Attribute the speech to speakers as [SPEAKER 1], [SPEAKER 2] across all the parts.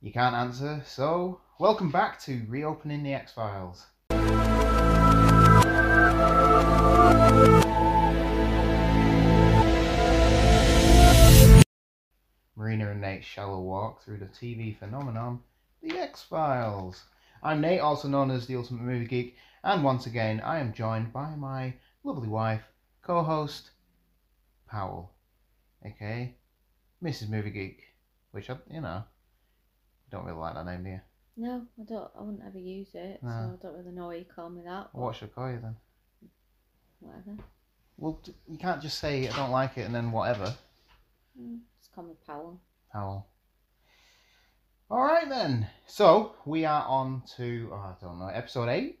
[SPEAKER 1] You can't answer, so welcome back to Reopening the X Files. Marina and Nate's shallow walk through the TV phenomenon, The X Files. I'm Nate, also known as the Ultimate Movie Geek, and once again I am joined by my lovely wife, co host, Powell, aka Mrs. Movie Geek, which I, you know, don't really like that name, do you?
[SPEAKER 2] No, I don't. I wouldn't ever use it, so
[SPEAKER 1] No.
[SPEAKER 2] I don't really know why you call me that.
[SPEAKER 1] What should I call you then?
[SPEAKER 2] Whatever.
[SPEAKER 1] Well, d- you can't just say I don't like it and then whatever.
[SPEAKER 2] Mm, just call me Powell.
[SPEAKER 1] Powell. Alright then. So, we are on to, oh, I don't know, episode 8?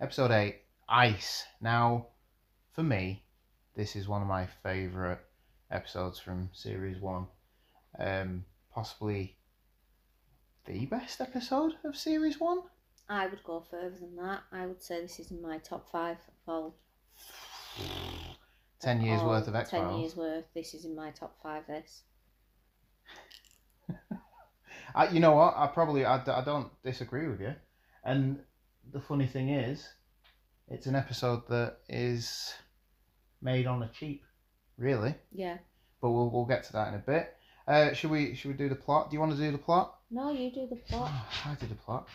[SPEAKER 1] Episode 8, Ice. Now, for me, this is one of my favourite episodes from series 1. Um, possibly the best episode of series 1?
[SPEAKER 2] I would go further than that. I would say this is in my top five of all.
[SPEAKER 1] 10 years
[SPEAKER 2] all
[SPEAKER 1] worth of X
[SPEAKER 2] Oh, Ten years
[SPEAKER 1] Files.
[SPEAKER 2] worth. This is in my top five. This.
[SPEAKER 1] I, you know what? I probably I, d- I don't disagree with you. And the funny thing is, it's an episode that is made on a cheap, really.
[SPEAKER 2] Yeah.
[SPEAKER 1] But we'll we'll get to that in a bit. Uh, should we should we do the plot? Do you want to do the plot?
[SPEAKER 2] No, you do the plot.
[SPEAKER 1] I did the plot.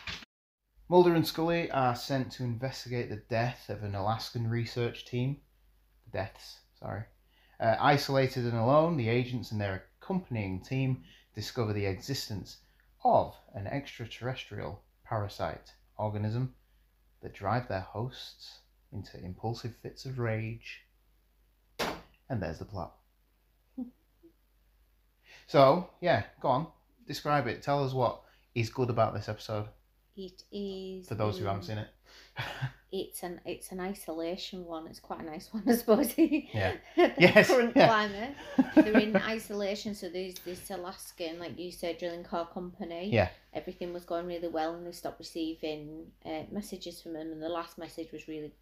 [SPEAKER 1] Mulder and Scully are sent to investigate the death of an Alaskan research team. The deaths, sorry. Uh, isolated and alone, the agents and their accompanying team discover the existence of an extraterrestrial parasite organism that drive their hosts into impulsive fits of rage. And there's the plot. so, yeah, go on. Describe it. Tell us what is good about this episode
[SPEAKER 2] It is.
[SPEAKER 1] for those who
[SPEAKER 2] um,
[SPEAKER 1] haven't seen it.
[SPEAKER 2] It's an it's an isolation one. It's quite a nice one, I suppose. yeah.
[SPEAKER 1] Yes,
[SPEAKER 2] Current
[SPEAKER 1] yeah.
[SPEAKER 2] climate. They're in isolation, so there's this Alaskan, like you said, drilling car company.
[SPEAKER 1] yeah,
[SPEAKER 2] everything was going really well and they stopped receiving uh, messages from them and the last message was really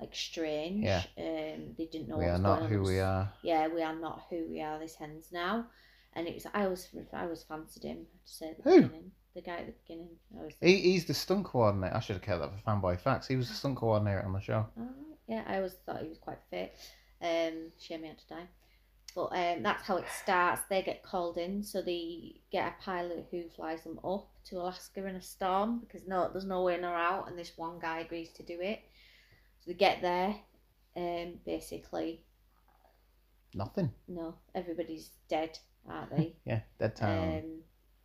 [SPEAKER 2] like strange
[SPEAKER 1] Yeah.
[SPEAKER 2] um they didn't know
[SPEAKER 1] we
[SPEAKER 2] what
[SPEAKER 1] are
[SPEAKER 2] was
[SPEAKER 1] not
[SPEAKER 2] going
[SPEAKER 1] who
[SPEAKER 2] on.
[SPEAKER 1] we are.
[SPEAKER 2] yeah we are not who we are this ends now and it was i always i always fancied him to say at the
[SPEAKER 1] Who?
[SPEAKER 2] beginning the guy at the beginning I always
[SPEAKER 1] He, he's the stunt coordinator. I should have kept that for fanboy facts. He was the stunt coordinator on the show.
[SPEAKER 2] Alright, Uh, Yeah, I always thought he was quite fit. Um, shame he had to die. But um, that's how it starts. They get called in, so they get a pilot who flies them up to Alaska in a storm because no, there's no in or out, and this one guy agrees to do it. So they get there, um, basically,
[SPEAKER 1] Nothing.
[SPEAKER 2] no, everybody's dead, aren't they?
[SPEAKER 1] Yeah, dead town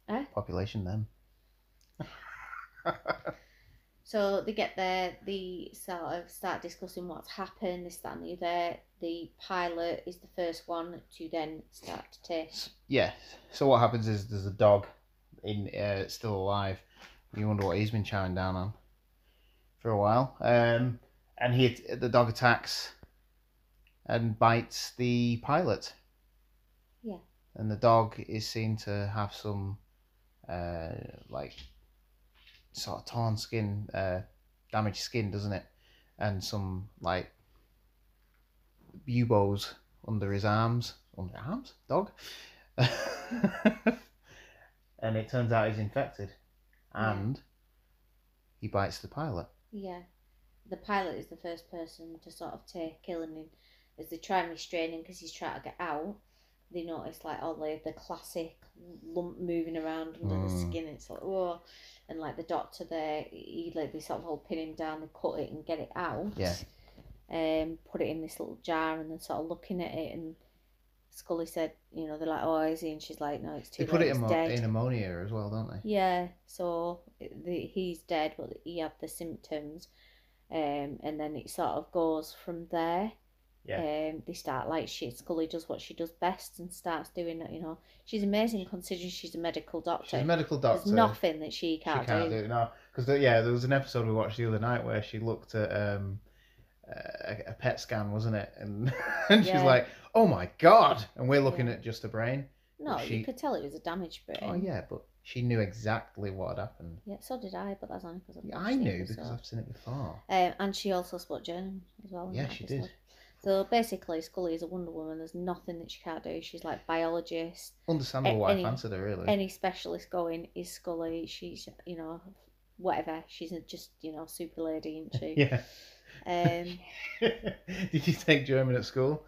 [SPEAKER 2] um, eh?
[SPEAKER 1] population then.
[SPEAKER 2] So they get there, they sort of start discussing what's happened, this, that, and the other. The pilot is the first one to then start to take.
[SPEAKER 1] Yeah. So what happens is there's a dog in uh, still alive. You wonder what he's been chowing down on for a while. Um, and he the dog attacks and bites the pilot.
[SPEAKER 2] Yeah.
[SPEAKER 1] And the dog is seen to have some uh, like sort of torn skin, uh, damaged skin, doesn't it? And some like buboes under his arms. Under arms? Dog? and it turns out he's infected.
[SPEAKER 2] Yeah.
[SPEAKER 1] And he bites the pilot.
[SPEAKER 2] Yeah. The pilot is the first person to sort of take killing him. as they try and restrain him because he's trying to get out, they notice like all the, the classic lump moving around under the
[SPEAKER 1] Mm.
[SPEAKER 2] skin. It's like, whoa. And like the doctor there, he like they sort of all pin him down, they cut it and get it out.
[SPEAKER 1] Yeah.
[SPEAKER 2] Um, put it in this little jar and then sort of looking at it and Scully said, you know, they're like, oh, is he? And she's like, no, it's too
[SPEAKER 1] They put
[SPEAKER 2] late.
[SPEAKER 1] it in,
[SPEAKER 2] it's
[SPEAKER 1] mo-
[SPEAKER 2] dead.
[SPEAKER 1] in ammonia as well, don't they?
[SPEAKER 2] Yeah, so it- the, he's dead, but he had the symptoms, um, and then it sort of goes from there. Um, they start like she Scully does what she does best and starts doing that. You know, she's amazing considering she's a medical doctor.
[SPEAKER 1] She's a medical doctor.
[SPEAKER 2] There's nothing that she
[SPEAKER 1] she
[SPEAKER 2] can't,
[SPEAKER 1] can't
[SPEAKER 2] do.
[SPEAKER 1] do it now. Because yeah, there was an episode we watched the other night where she looked at um, a, a PET scan, wasn't it? And, and she's
[SPEAKER 2] Yeah.
[SPEAKER 1] like, "Oh my god!" And we're looking
[SPEAKER 2] Yeah.
[SPEAKER 1] at just a brain.
[SPEAKER 2] No,
[SPEAKER 1] She-
[SPEAKER 2] you could tell it was a damaged brain.
[SPEAKER 1] Oh yeah, but she knew exactly what had happened.
[SPEAKER 2] Yeah, so did I, but that's only because I've
[SPEAKER 1] Yeah,
[SPEAKER 2] never
[SPEAKER 1] I
[SPEAKER 2] seen
[SPEAKER 1] knew
[SPEAKER 2] it,
[SPEAKER 1] because
[SPEAKER 2] so-
[SPEAKER 1] I've seen it before.
[SPEAKER 2] Um, and she also spoke German as well. in
[SPEAKER 1] Yeah,
[SPEAKER 2] that
[SPEAKER 1] she did.
[SPEAKER 2] episode. So basically, Scully is a Wonder Woman. There's nothing that she can't do. She's like biologist,
[SPEAKER 1] Understandable
[SPEAKER 2] A-
[SPEAKER 1] why I
[SPEAKER 2] any-
[SPEAKER 1] fancied her really.
[SPEAKER 2] any specialist going is Scully. She's you know whatever. She's a- just you know super lady, isn't she?
[SPEAKER 1] Yeah.
[SPEAKER 2] Um,
[SPEAKER 1] Did you take German at school?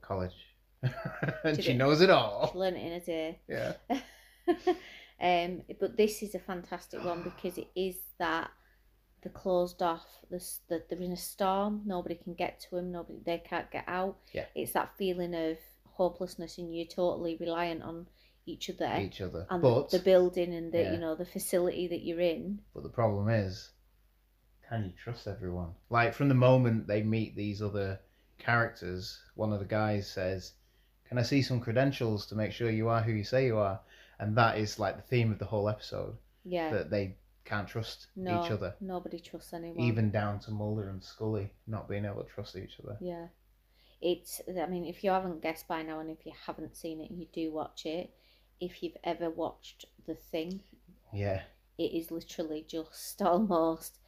[SPEAKER 1] College. and
[SPEAKER 2] Did
[SPEAKER 1] she
[SPEAKER 2] it.
[SPEAKER 1] knows it
[SPEAKER 2] she
[SPEAKER 1] all.
[SPEAKER 2] learned it in a day.
[SPEAKER 1] Yeah.
[SPEAKER 2] um, but this is a fantastic one because it is that the closed off. This that they're in a storm. Nobody can get to them. Nobody they can't get out.
[SPEAKER 1] Yeah.
[SPEAKER 2] It's that feeling of hopelessness, and you're totally reliant on each other.
[SPEAKER 1] Each other.
[SPEAKER 2] and the-
[SPEAKER 1] but
[SPEAKER 2] the building and the
[SPEAKER 1] Yeah.
[SPEAKER 2] you know the facility that you're in
[SPEAKER 1] But the problem is, can you trust everyone? Like from the moment they meet these other characters, one of the guys says, "Can I see some credentials to make sure you are who you say you are?" And that is like the theme of the whole episode
[SPEAKER 2] yeah
[SPEAKER 1] that they can't trust
[SPEAKER 2] no
[SPEAKER 1] each other,
[SPEAKER 2] nobody trusts anyone
[SPEAKER 1] even down to Mulder and Scully not being able to trust each other.
[SPEAKER 2] Yeah. It's, I mean, if you haven't guessed by now and if you haven't seen it, you do watch it. If you've ever watched The Thing,
[SPEAKER 1] Yeah,
[SPEAKER 2] it is literally just almost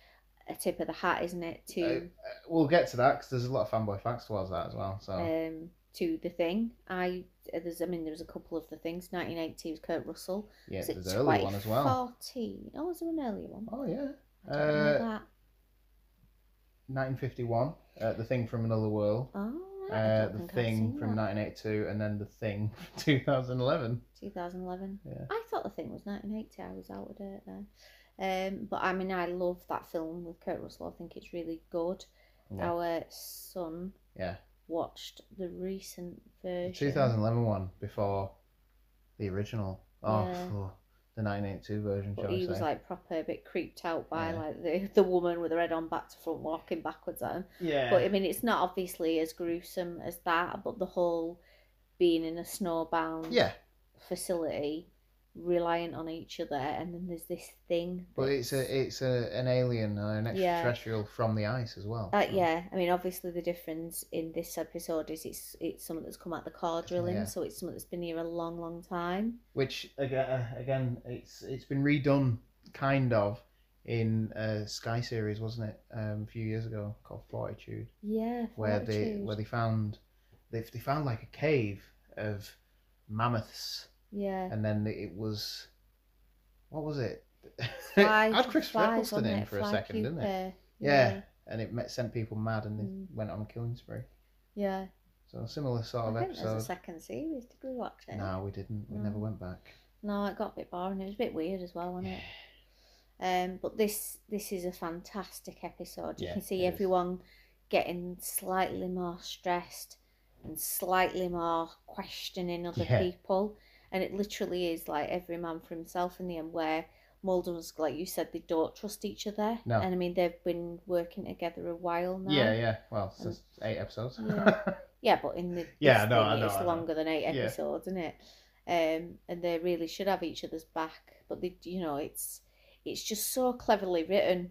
[SPEAKER 2] a tip of the hat, isn't it? To
[SPEAKER 1] Uh, uh, we'll get to that because there's a lot of fanboy facts towards that as well. So
[SPEAKER 2] um to The Thing. I there's, I mean, there was a couple of The Things. 1980 was Kurt Russell.
[SPEAKER 1] yeah,
[SPEAKER 2] Was
[SPEAKER 1] there's
[SPEAKER 2] it
[SPEAKER 1] an early one as well.
[SPEAKER 2] 2014? Oh, was there an earlier one?
[SPEAKER 1] Oh yeah.
[SPEAKER 2] I don't know
[SPEAKER 1] Uh,
[SPEAKER 2] that.
[SPEAKER 1] 1951, uh, The Thing from Another World.
[SPEAKER 2] Oh, right, I
[SPEAKER 1] Uh,
[SPEAKER 2] don't
[SPEAKER 1] the
[SPEAKER 2] think I've
[SPEAKER 1] Thing
[SPEAKER 2] seen
[SPEAKER 1] from
[SPEAKER 2] that.
[SPEAKER 1] 1982, and then The Thing from 2011.
[SPEAKER 2] 2011.
[SPEAKER 1] Yeah.
[SPEAKER 2] I thought the thing was 1980. I was out of date then. Um, but I mean, I love that film with Kurt Russell. I think it's really good.
[SPEAKER 1] Yeah.
[SPEAKER 2] Our son
[SPEAKER 1] Oh. Yeah.
[SPEAKER 2] watched the recent
[SPEAKER 1] The
[SPEAKER 2] version.
[SPEAKER 1] 2011 one before the original. Oh,
[SPEAKER 2] Yeah.
[SPEAKER 1] phew, the 1982 version,
[SPEAKER 2] But
[SPEAKER 1] shall we
[SPEAKER 2] he was
[SPEAKER 1] say.
[SPEAKER 2] like proper a bit creeped out by
[SPEAKER 1] Yeah.
[SPEAKER 2] like the, the woman with her head on back to front walking backwards at him.
[SPEAKER 1] yeah.
[SPEAKER 2] But I mean, it's not obviously as gruesome as that. But the whole being in a snowbound
[SPEAKER 1] yeah,
[SPEAKER 2] facility, reliant on each other, and then there's this thing.
[SPEAKER 1] but it's
[SPEAKER 2] that's-
[SPEAKER 1] a it's a, an alien or an
[SPEAKER 2] Yeah.
[SPEAKER 1] extraterrestrial from the ice as well.
[SPEAKER 2] Uh,
[SPEAKER 1] so-
[SPEAKER 2] yeah, I mean, obviously the difference in this episode is it's it's something that's come out the car drilling,
[SPEAKER 1] Yeah.
[SPEAKER 2] so it's something that's been here a long, long time.
[SPEAKER 1] Which again, uh, again, it's it's been redone kind of in a Sky series, wasn't it? Um, a few years ago called Fortitude.
[SPEAKER 2] Yeah,
[SPEAKER 1] where they
[SPEAKER 2] Fortitude.
[SPEAKER 1] where they found they they found like a cave of mammoths,
[SPEAKER 2] yeah,
[SPEAKER 1] and then it was what was it? it
[SPEAKER 2] Fly-
[SPEAKER 1] had Chris
[SPEAKER 2] flies,
[SPEAKER 1] Eccleston
[SPEAKER 2] wasn't
[SPEAKER 1] in
[SPEAKER 2] it?
[SPEAKER 1] for a
[SPEAKER 2] Fly
[SPEAKER 1] second, didn't it?
[SPEAKER 2] Cooper.
[SPEAKER 1] Yeah. and it met, sent people mad, and they
[SPEAKER 2] Mm.
[SPEAKER 1] went on a killing spree.
[SPEAKER 2] yeah.
[SPEAKER 1] So a similar sort
[SPEAKER 2] I
[SPEAKER 1] of
[SPEAKER 2] think there's a
[SPEAKER 1] episode.
[SPEAKER 2] second series. Did we watch it?
[SPEAKER 1] No, we didn't. We never
[SPEAKER 2] No.
[SPEAKER 1] went back.
[SPEAKER 2] No, it got a bit boring. It was a bit weird as well, wasn't it? Um, but this this is a fantastic episode. You
[SPEAKER 1] Yeah,
[SPEAKER 2] can see
[SPEAKER 1] it is.
[SPEAKER 2] everyone getting slightly more stressed and slightly more questioning other
[SPEAKER 1] Yeah.
[SPEAKER 2] people, and it literally is like every man for himself in the end. Where Mulder was like you said, they don't trust each other,
[SPEAKER 1] No.
[SPEAKER 2] and I mean they've been working together a while now.
[SPEAKER 1] Yeah, yeah. Well, it's
[SPEAKER 2] And-
[SPEAKER 1] just eight episodes.
[SPEAKER 2] Um, Yeah. Yeah, but in the
[SPEAKER 1] Yeah,
[SPEAKER 2] this
[SPEAKER 1] no, I
[SPEAKER 2] thing,
[SPEAKER 1] know,
[SPEAKER 2] it's
[SPEAKER 1] I know.
[SPEAKER 2] longer than eight
[SPEAKER 1] Yeah.
[SPEAKER 2] episodes, isn't it? Um, and they really should have each other's back, but they, you know, it's it's just so cleverly written,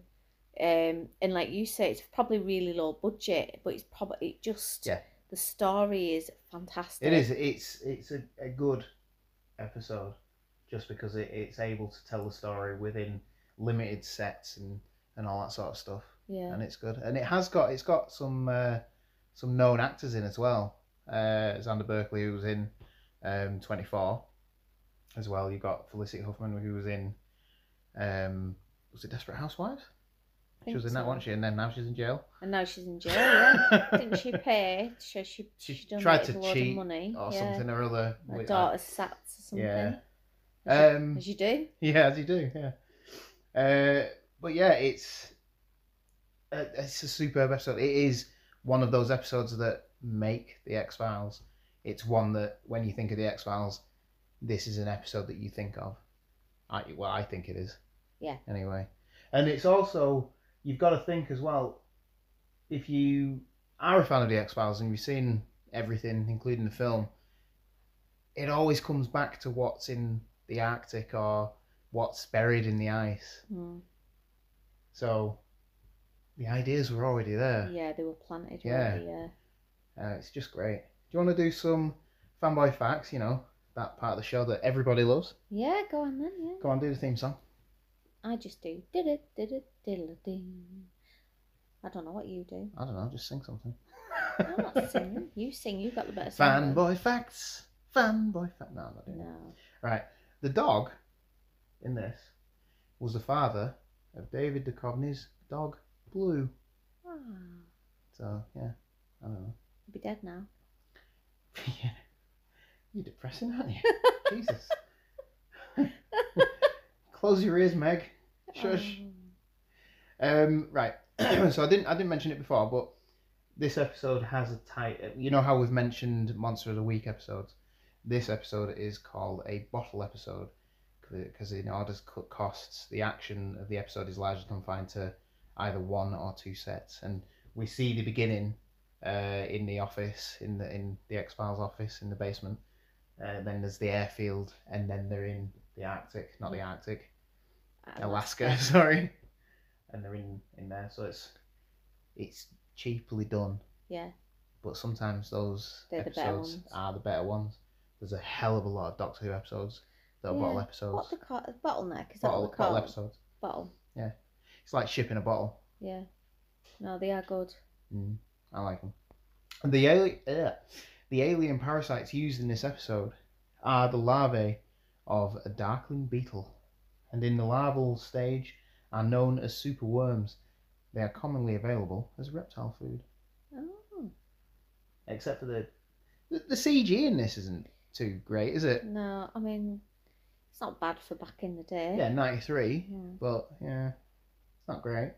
[SPEAKER 2] um, and like you say, it's probably really low budget, but it's probably it just
[SPEAKER 1] Yeah.
[SPEAKER 2] the story is fantastic.
[SPEAKER 1] It is. It's it's a, a good episode, just because it, it's able to tell the story within limited sets and and all that sort of stuff,
[SPEAKER 2] yeah,
[SPEAKER 1] and it's good. And it has got it's got some uh, some known actors in as well. Uh, Xander Berkeley, who was in um, Twenty Four, as well. You have got Felicity Huffman, who was in um, was it Desperate Housewives? She was
[SPEAKER 2] Think
[SPEAKER 1] in that,
[SPEAKER 2] so.
[SPEAKER 1] wasn't she? And then now she's in jail.
[SPEAKER 2] And now she's in jail. Yeah. Didn't she pay? So she
[SPEAKER 1] She
[SPEAKER 2] she done
[SPEAKER 1] tried
[SPEAKER 2] like
[SPEAKER 1] to
[SPEAKER 2] a load of
[SPEAKER 1] cheat
[SPEAKER 2] money
[SPEAKER 1] or
[SPEAKER 2] yeah.
[SPEAKER 1] something or other. uh,
[SPEAKER 2] Her
[SPEAKER 1] We-
[SPEAKER 2] daughter's sats or something.
[SPEAKER 1] Yeah.
[SPEAKER 2] As you-
[SPEAKER 1] Um,
[SPEAKER 2] as you do.
[SPEAKER 1] Yeah, as you do. Yeah. Uh, but yeah, it's uh, it's a superb episode. It is one of those episodes that make the X Files. It's one that when you think of the X Files, this is an episode that you think of. I well, I think it is.
[SPEAKER 2] Yeah.
[SPEAKER 1] Anyway, and it's also you've got to think as well. If you are a fan of the X Files and you've seen everything, including the film, it always comes back to what's in the Arctic or what's buried in the ice.
[SPEAKER 2] Mm.
[SPEAKER 1] So the ideas were already there.
[SPEAKER 2] Yeah, they were planted.
[SPEAKER 1] Yeah.
[SPEAKER 2] Already, yeah.
[SPEAKER 1] Uh, it's just great. Do you want to do some fanboy facts? You know, that part of the show that everybody loves.
[SPEAKER 2] Yeah, go on then. Yeah.
[SPEAKER 1] Go on, do the theme song.
[SPEAKER 2] I just do did it, did it, diddle ding. I don't know what you do.
[SPEAKER 1] I don't know, just sing something.
[SPEAKER 2] I'm not singing. You sing. You've got the better. song.
[SPEAKER 1] fanboy facts. Fanboy facts. No, I'm not doing it.
[SPEAKER 2] No.
[SPEAKER 1] Right. The dog in this was the father of David Duchovny's dog, Blue.
[SPEAKER 2] Ah,
[SPEAKER 1] So, yeah. I don't know.
[SPEAKER 2] I'll be dead now.
[SPEAKER 1] Yeah. You're depressing, aren't you? Jesus. Close your ears, Meg. Shush.
[SPEAKER 2] Um,
[SPEAKER 1] Um, right. so I didn't I didn't mention it before, but this episode has a title. You know how we've mentioned Monster of the Week episodes. This episode is called a bottle episode because in order to cut costs, the action of the episode is largely confined to either one or two sets, and we see the beginning uh, in the office, in the in the X Files office, in the basement. Uh, then there's the airfield, and then they're in the Arctic, not the Arctic,
[SPEAKER 2] I-
[SPEAKER 1] Alaska, sorry. And they're in, in there, so it's it's cheaply done.
[SPEAKER 2] Yeah.
[SPEAKER 1] But sometimes those
[SPEAKER 2] They're the better
[SPEAKER 1] episodes
[SPEAKER 2] ones.
[SPEAKER 1] are the better ones. There's a hell of a lot of Doctor Who episodes that are
[SPEAKER 2] Yeah.
[SPEAKER 1] bottle
[SPEAKER 2] What
[SPEAKER 1] episodes.
[SPEAKER 2] the co- bottleneck? Is
[SPEAKER 1] Bottle,
[SPEAKER 2] that
[SPEAKER 1] bottle
[SPEAKER 2] what they're called?
[SPEAKER 1] episodes.
[SPEAKER 2] Bottle.
[SPEAKER 1] It's like shipping a bottle.
[SPEAKER 2] Yeah. No, they are good.
[SPEAKER 1] Mm, I like them. The alien, the alien parasites used in this episode are the larvae of a darkling beetle, and in the larval stage are known as superworms. They are commonly available as reptile food,
[SPEAKER 2] Oh
[SPEAKER 1] except for the the, the CG in this isn't too great, is it?
[SPEAKER 2] no, I mean, it's not bad for back in the day.
[SPEAKER 1] Yeah, ninety three,
[SPEAKER 2] Yeah.
[SPEAKER 1] but yeah, it's not great.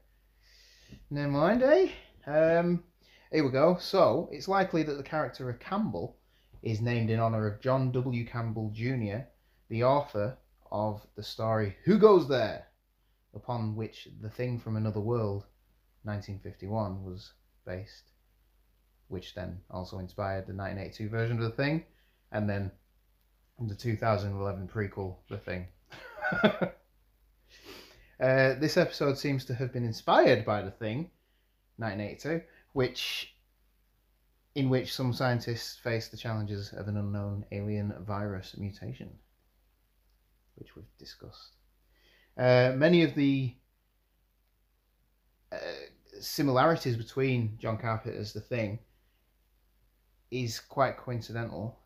[SPEAKER 1] Never mind, eh? Um, here we go. So it's likely that the character of Campbell is named in honor of John W. Campbell Jr., the author of the story "Who Goes There," upon which "The Thing from Another World" (1951) was based, which then also inspired the 1982 version of the Thing, and then the 2011 prequel, The Thing. Uh, this episode seems to have been inspired by The Thing, 1982, which, in which some scientists face the challenges of an unknown alien virus mutation, which we've discussed. Uh, many of the uh, similarities between John Carpenter's The Thing is quite coincidental,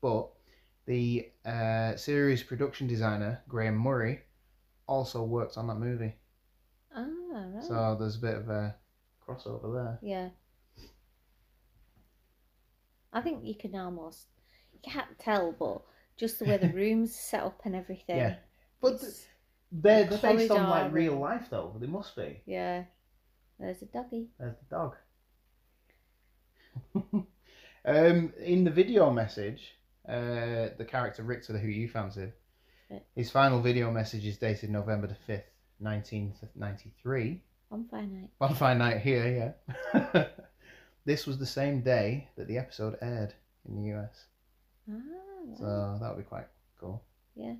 [SPEAKER 1] but the uh, series production designer Graham Murray also worked on that movie.
[SPEAKER 2] Ah, right.
[SPEAKER 1] So there's a bit of a crossover there.
[SPEAKER 2] Yeah. I think you can almost you can't tell, but just the way the rooms set up and everything.
[SPEAKER 1] Yeah. But
[SPEAKER 2] it's-
[SPEAKER 1] they're,
[SPEAKER 2] the
[SPEAKER 1] they're based on like
[SPEAKER 2] corridor
[SPEAKER 1] real
[SPEAKER 2] and-
[SPEAKER 1] life though. They must be.
[SPEAKER 2] yeah. There's a doggy.
[SPEAKER 1] There's the dog. um, in the video message, uh, the character Rick to the Who You fancied,
[SPEAKER 2] Yeah.
[SPEAKER 1] his final video message is dated November the fifth, nineteen ninety three.
[SPEAKER 2] On finite.
[SPEAKER 1] One fine night here, yeah. this was the same day that the episode aired in the US,
[SPEAKER 2] Ah, right.
[SPEAKER 1] so that would be quite cool.
[SPEAKER 2] yeah.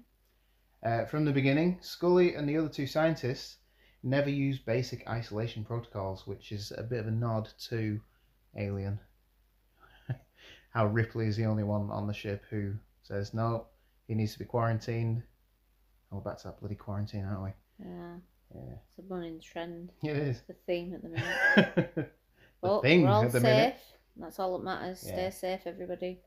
[SPEAKER 1] Uh, from the beginning, Scully and the other two scientists never used basic isolation protocols, which is a bit of a nod to Alien. How Ripley is the only one on the ship who says, no, he needs to be quarantined. Oh, back to that bloody quarantine, aren't we?
[SPEAKER 2] Yeah. Ah,
[SPEAKER 1] Yeah.
[SPEAKER 2] It's a running trend.
[SPEAKER 1] It is.
[SPEAKER 2] It's the theme at the minute.
[SPEAKER 1] the
[SPEAKER 2] Well,
[SPEAKER 1] thing
[SPEAKER 2] we're all
[SPEAKER 1] at the
[SPEAKER 2] safe.
[SPEAKER 1] minute.
[SPEAKER 2] That's all that matters.
[SPEAKER 1] Yeah.
[SPEAKER 2] Stay safe, everybody.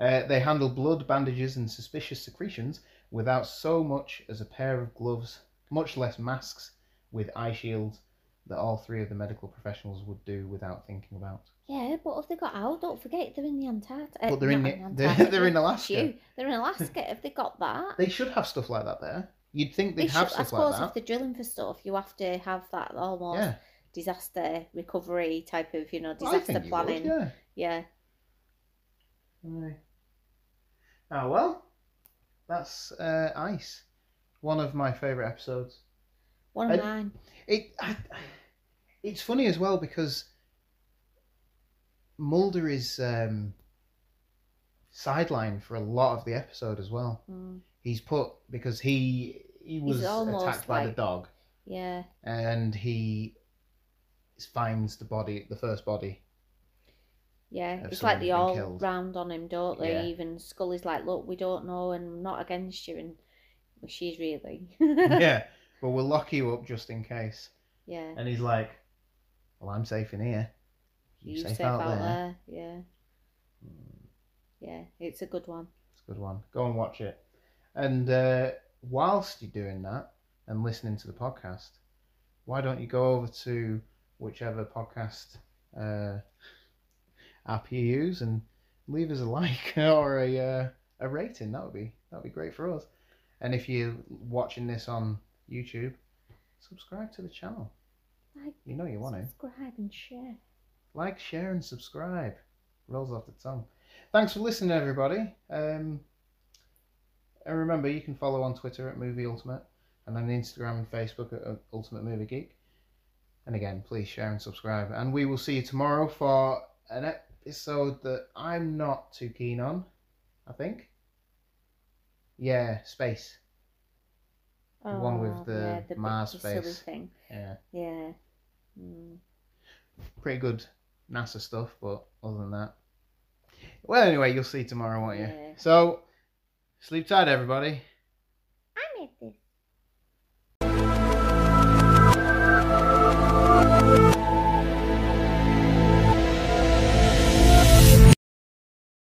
[SPEAKER 1] Uh, they handle blood, bandages, and suspicious secretions without so much as a pair of gloves, much less masks with eye shields that all three of the medical professionals would do without thinking about.
[SPEAKER 2] Yeah, but if they got out, don't forget they're in the Antarctic.
[SPEAKER 1] But they're in the- they're- they're in Alaska.
[SPEAKER 2] They're in Alaska. If they got that,
[SPEAKER 1] They should have stuff like that there. You'd think they'd
[SPEAKER 2] They
[SPEAKER 1] have
[SPEAKER 2] should- I
[SPEAKER 1] stuff
[SPEAKER 2] suppose
[SPEAKER 1] like that.
[SPEAKER 2] if they're drilling for stuff, you have to have that almost
[SPEAKER 1] yeah,
[SPEAKER 2] disaster recovery type of, you know,
[SPEAKER 1] Well, I
[SPEAKER 2] disaster
[SPEAKER 1] think you would.
[SPEAKER 2] planning.
[SPEAKER 1] Yeah.
[SPEAKER 2] yeah.
[SPEAKER 1] Aye. Ah well, that's uh, ice. One of my favorite episodes.
[SPEAKER 2] One of
[SPEAKER 1] I-
[SPEAKER 2] mine.
[SPEAKER 1] It, I, it's funny as well because Mulder is um, sidelined for a lot of the episode as well.
[SPEAKER 2] Mm,
[SPEAKER 1] He's put because he he was
[SPEAKER 2] almost
[SPEAKER 1] attacked by the
[SPEAKER 2] like-
[SPEAKER 1] dog,
[SPEAKER 2] yeah.
[SPEAKER 1] and he finds the body, the first body.
[SPEAKER 2] Yeah.
[SPEAKER 1] If
[SPEAKER 2] It's like
[SPEAKER 1] someone's
[SPEAKER 2] they
[SPEAKER 1] been
[SPEAKER 2] all
[SPEAKER 1] killed.
[SPEAKER 2] round on him, don't they?
[SPEAKER 1] Yeah.
[SPEAKER 2] Even Scully's like, look, we don't know and I'm not against you. And well, she's really.
[SPEAKER 1] yeah, but we'll lock you up just in case.
[SPEAKER 2] yeah.
[SPEAKER 1] And he's like, "Well, I'm safe in here. You, safe, out, there.
[SPEAKER 2] Yeah. Yeah. It's a good one.
[SPEAKER 1] It's a good one. Go and watch it. And uh, whilst you're doing that and listening to the podcast, why don't you go over to whichever podcast uh, app you use and leave us a like or a uh, a rating? That would be that would be great for us. And if you're watching this on YouTube, subscribe to the channel.
[SPEAKER 2] Like,
[SPEAKER 1] You know you want to.
[SPEAKER 2] subscribe and share.
[SPEAKER 1] like, share, and subscribe. Rolls off the tongue. Thanks for listening, everybody. Um, and remember, you can follow on Twitter at Movie Ultimate and on Instagram and Facebook at uh, Ultimate Movie Geek. And again, please share and subscribe. And we will see you tomorrow for an episode that I'm not too keen on, I think. Yeah, space. The one with
[SPEAKER 2] Oh,
[SPEAKER 1] the
[SPEAKER 2] big
[SPEAKER 1] Mars
[SPEAKER 2] silly
[SPEAKER 1] face.
[SPEAKER 2] thing.
[SPEAKER 1] Yeah.
[SPEAKER 2] Yeah. Mm.
[SPEAKER 1] Pretty good NASA stuff, but other than that. Well, anyway, you'll see tomorrow, won't you?
[SPEAKER 2] Yeah.
[SPEAKER 1] So, sleep tight, everybody.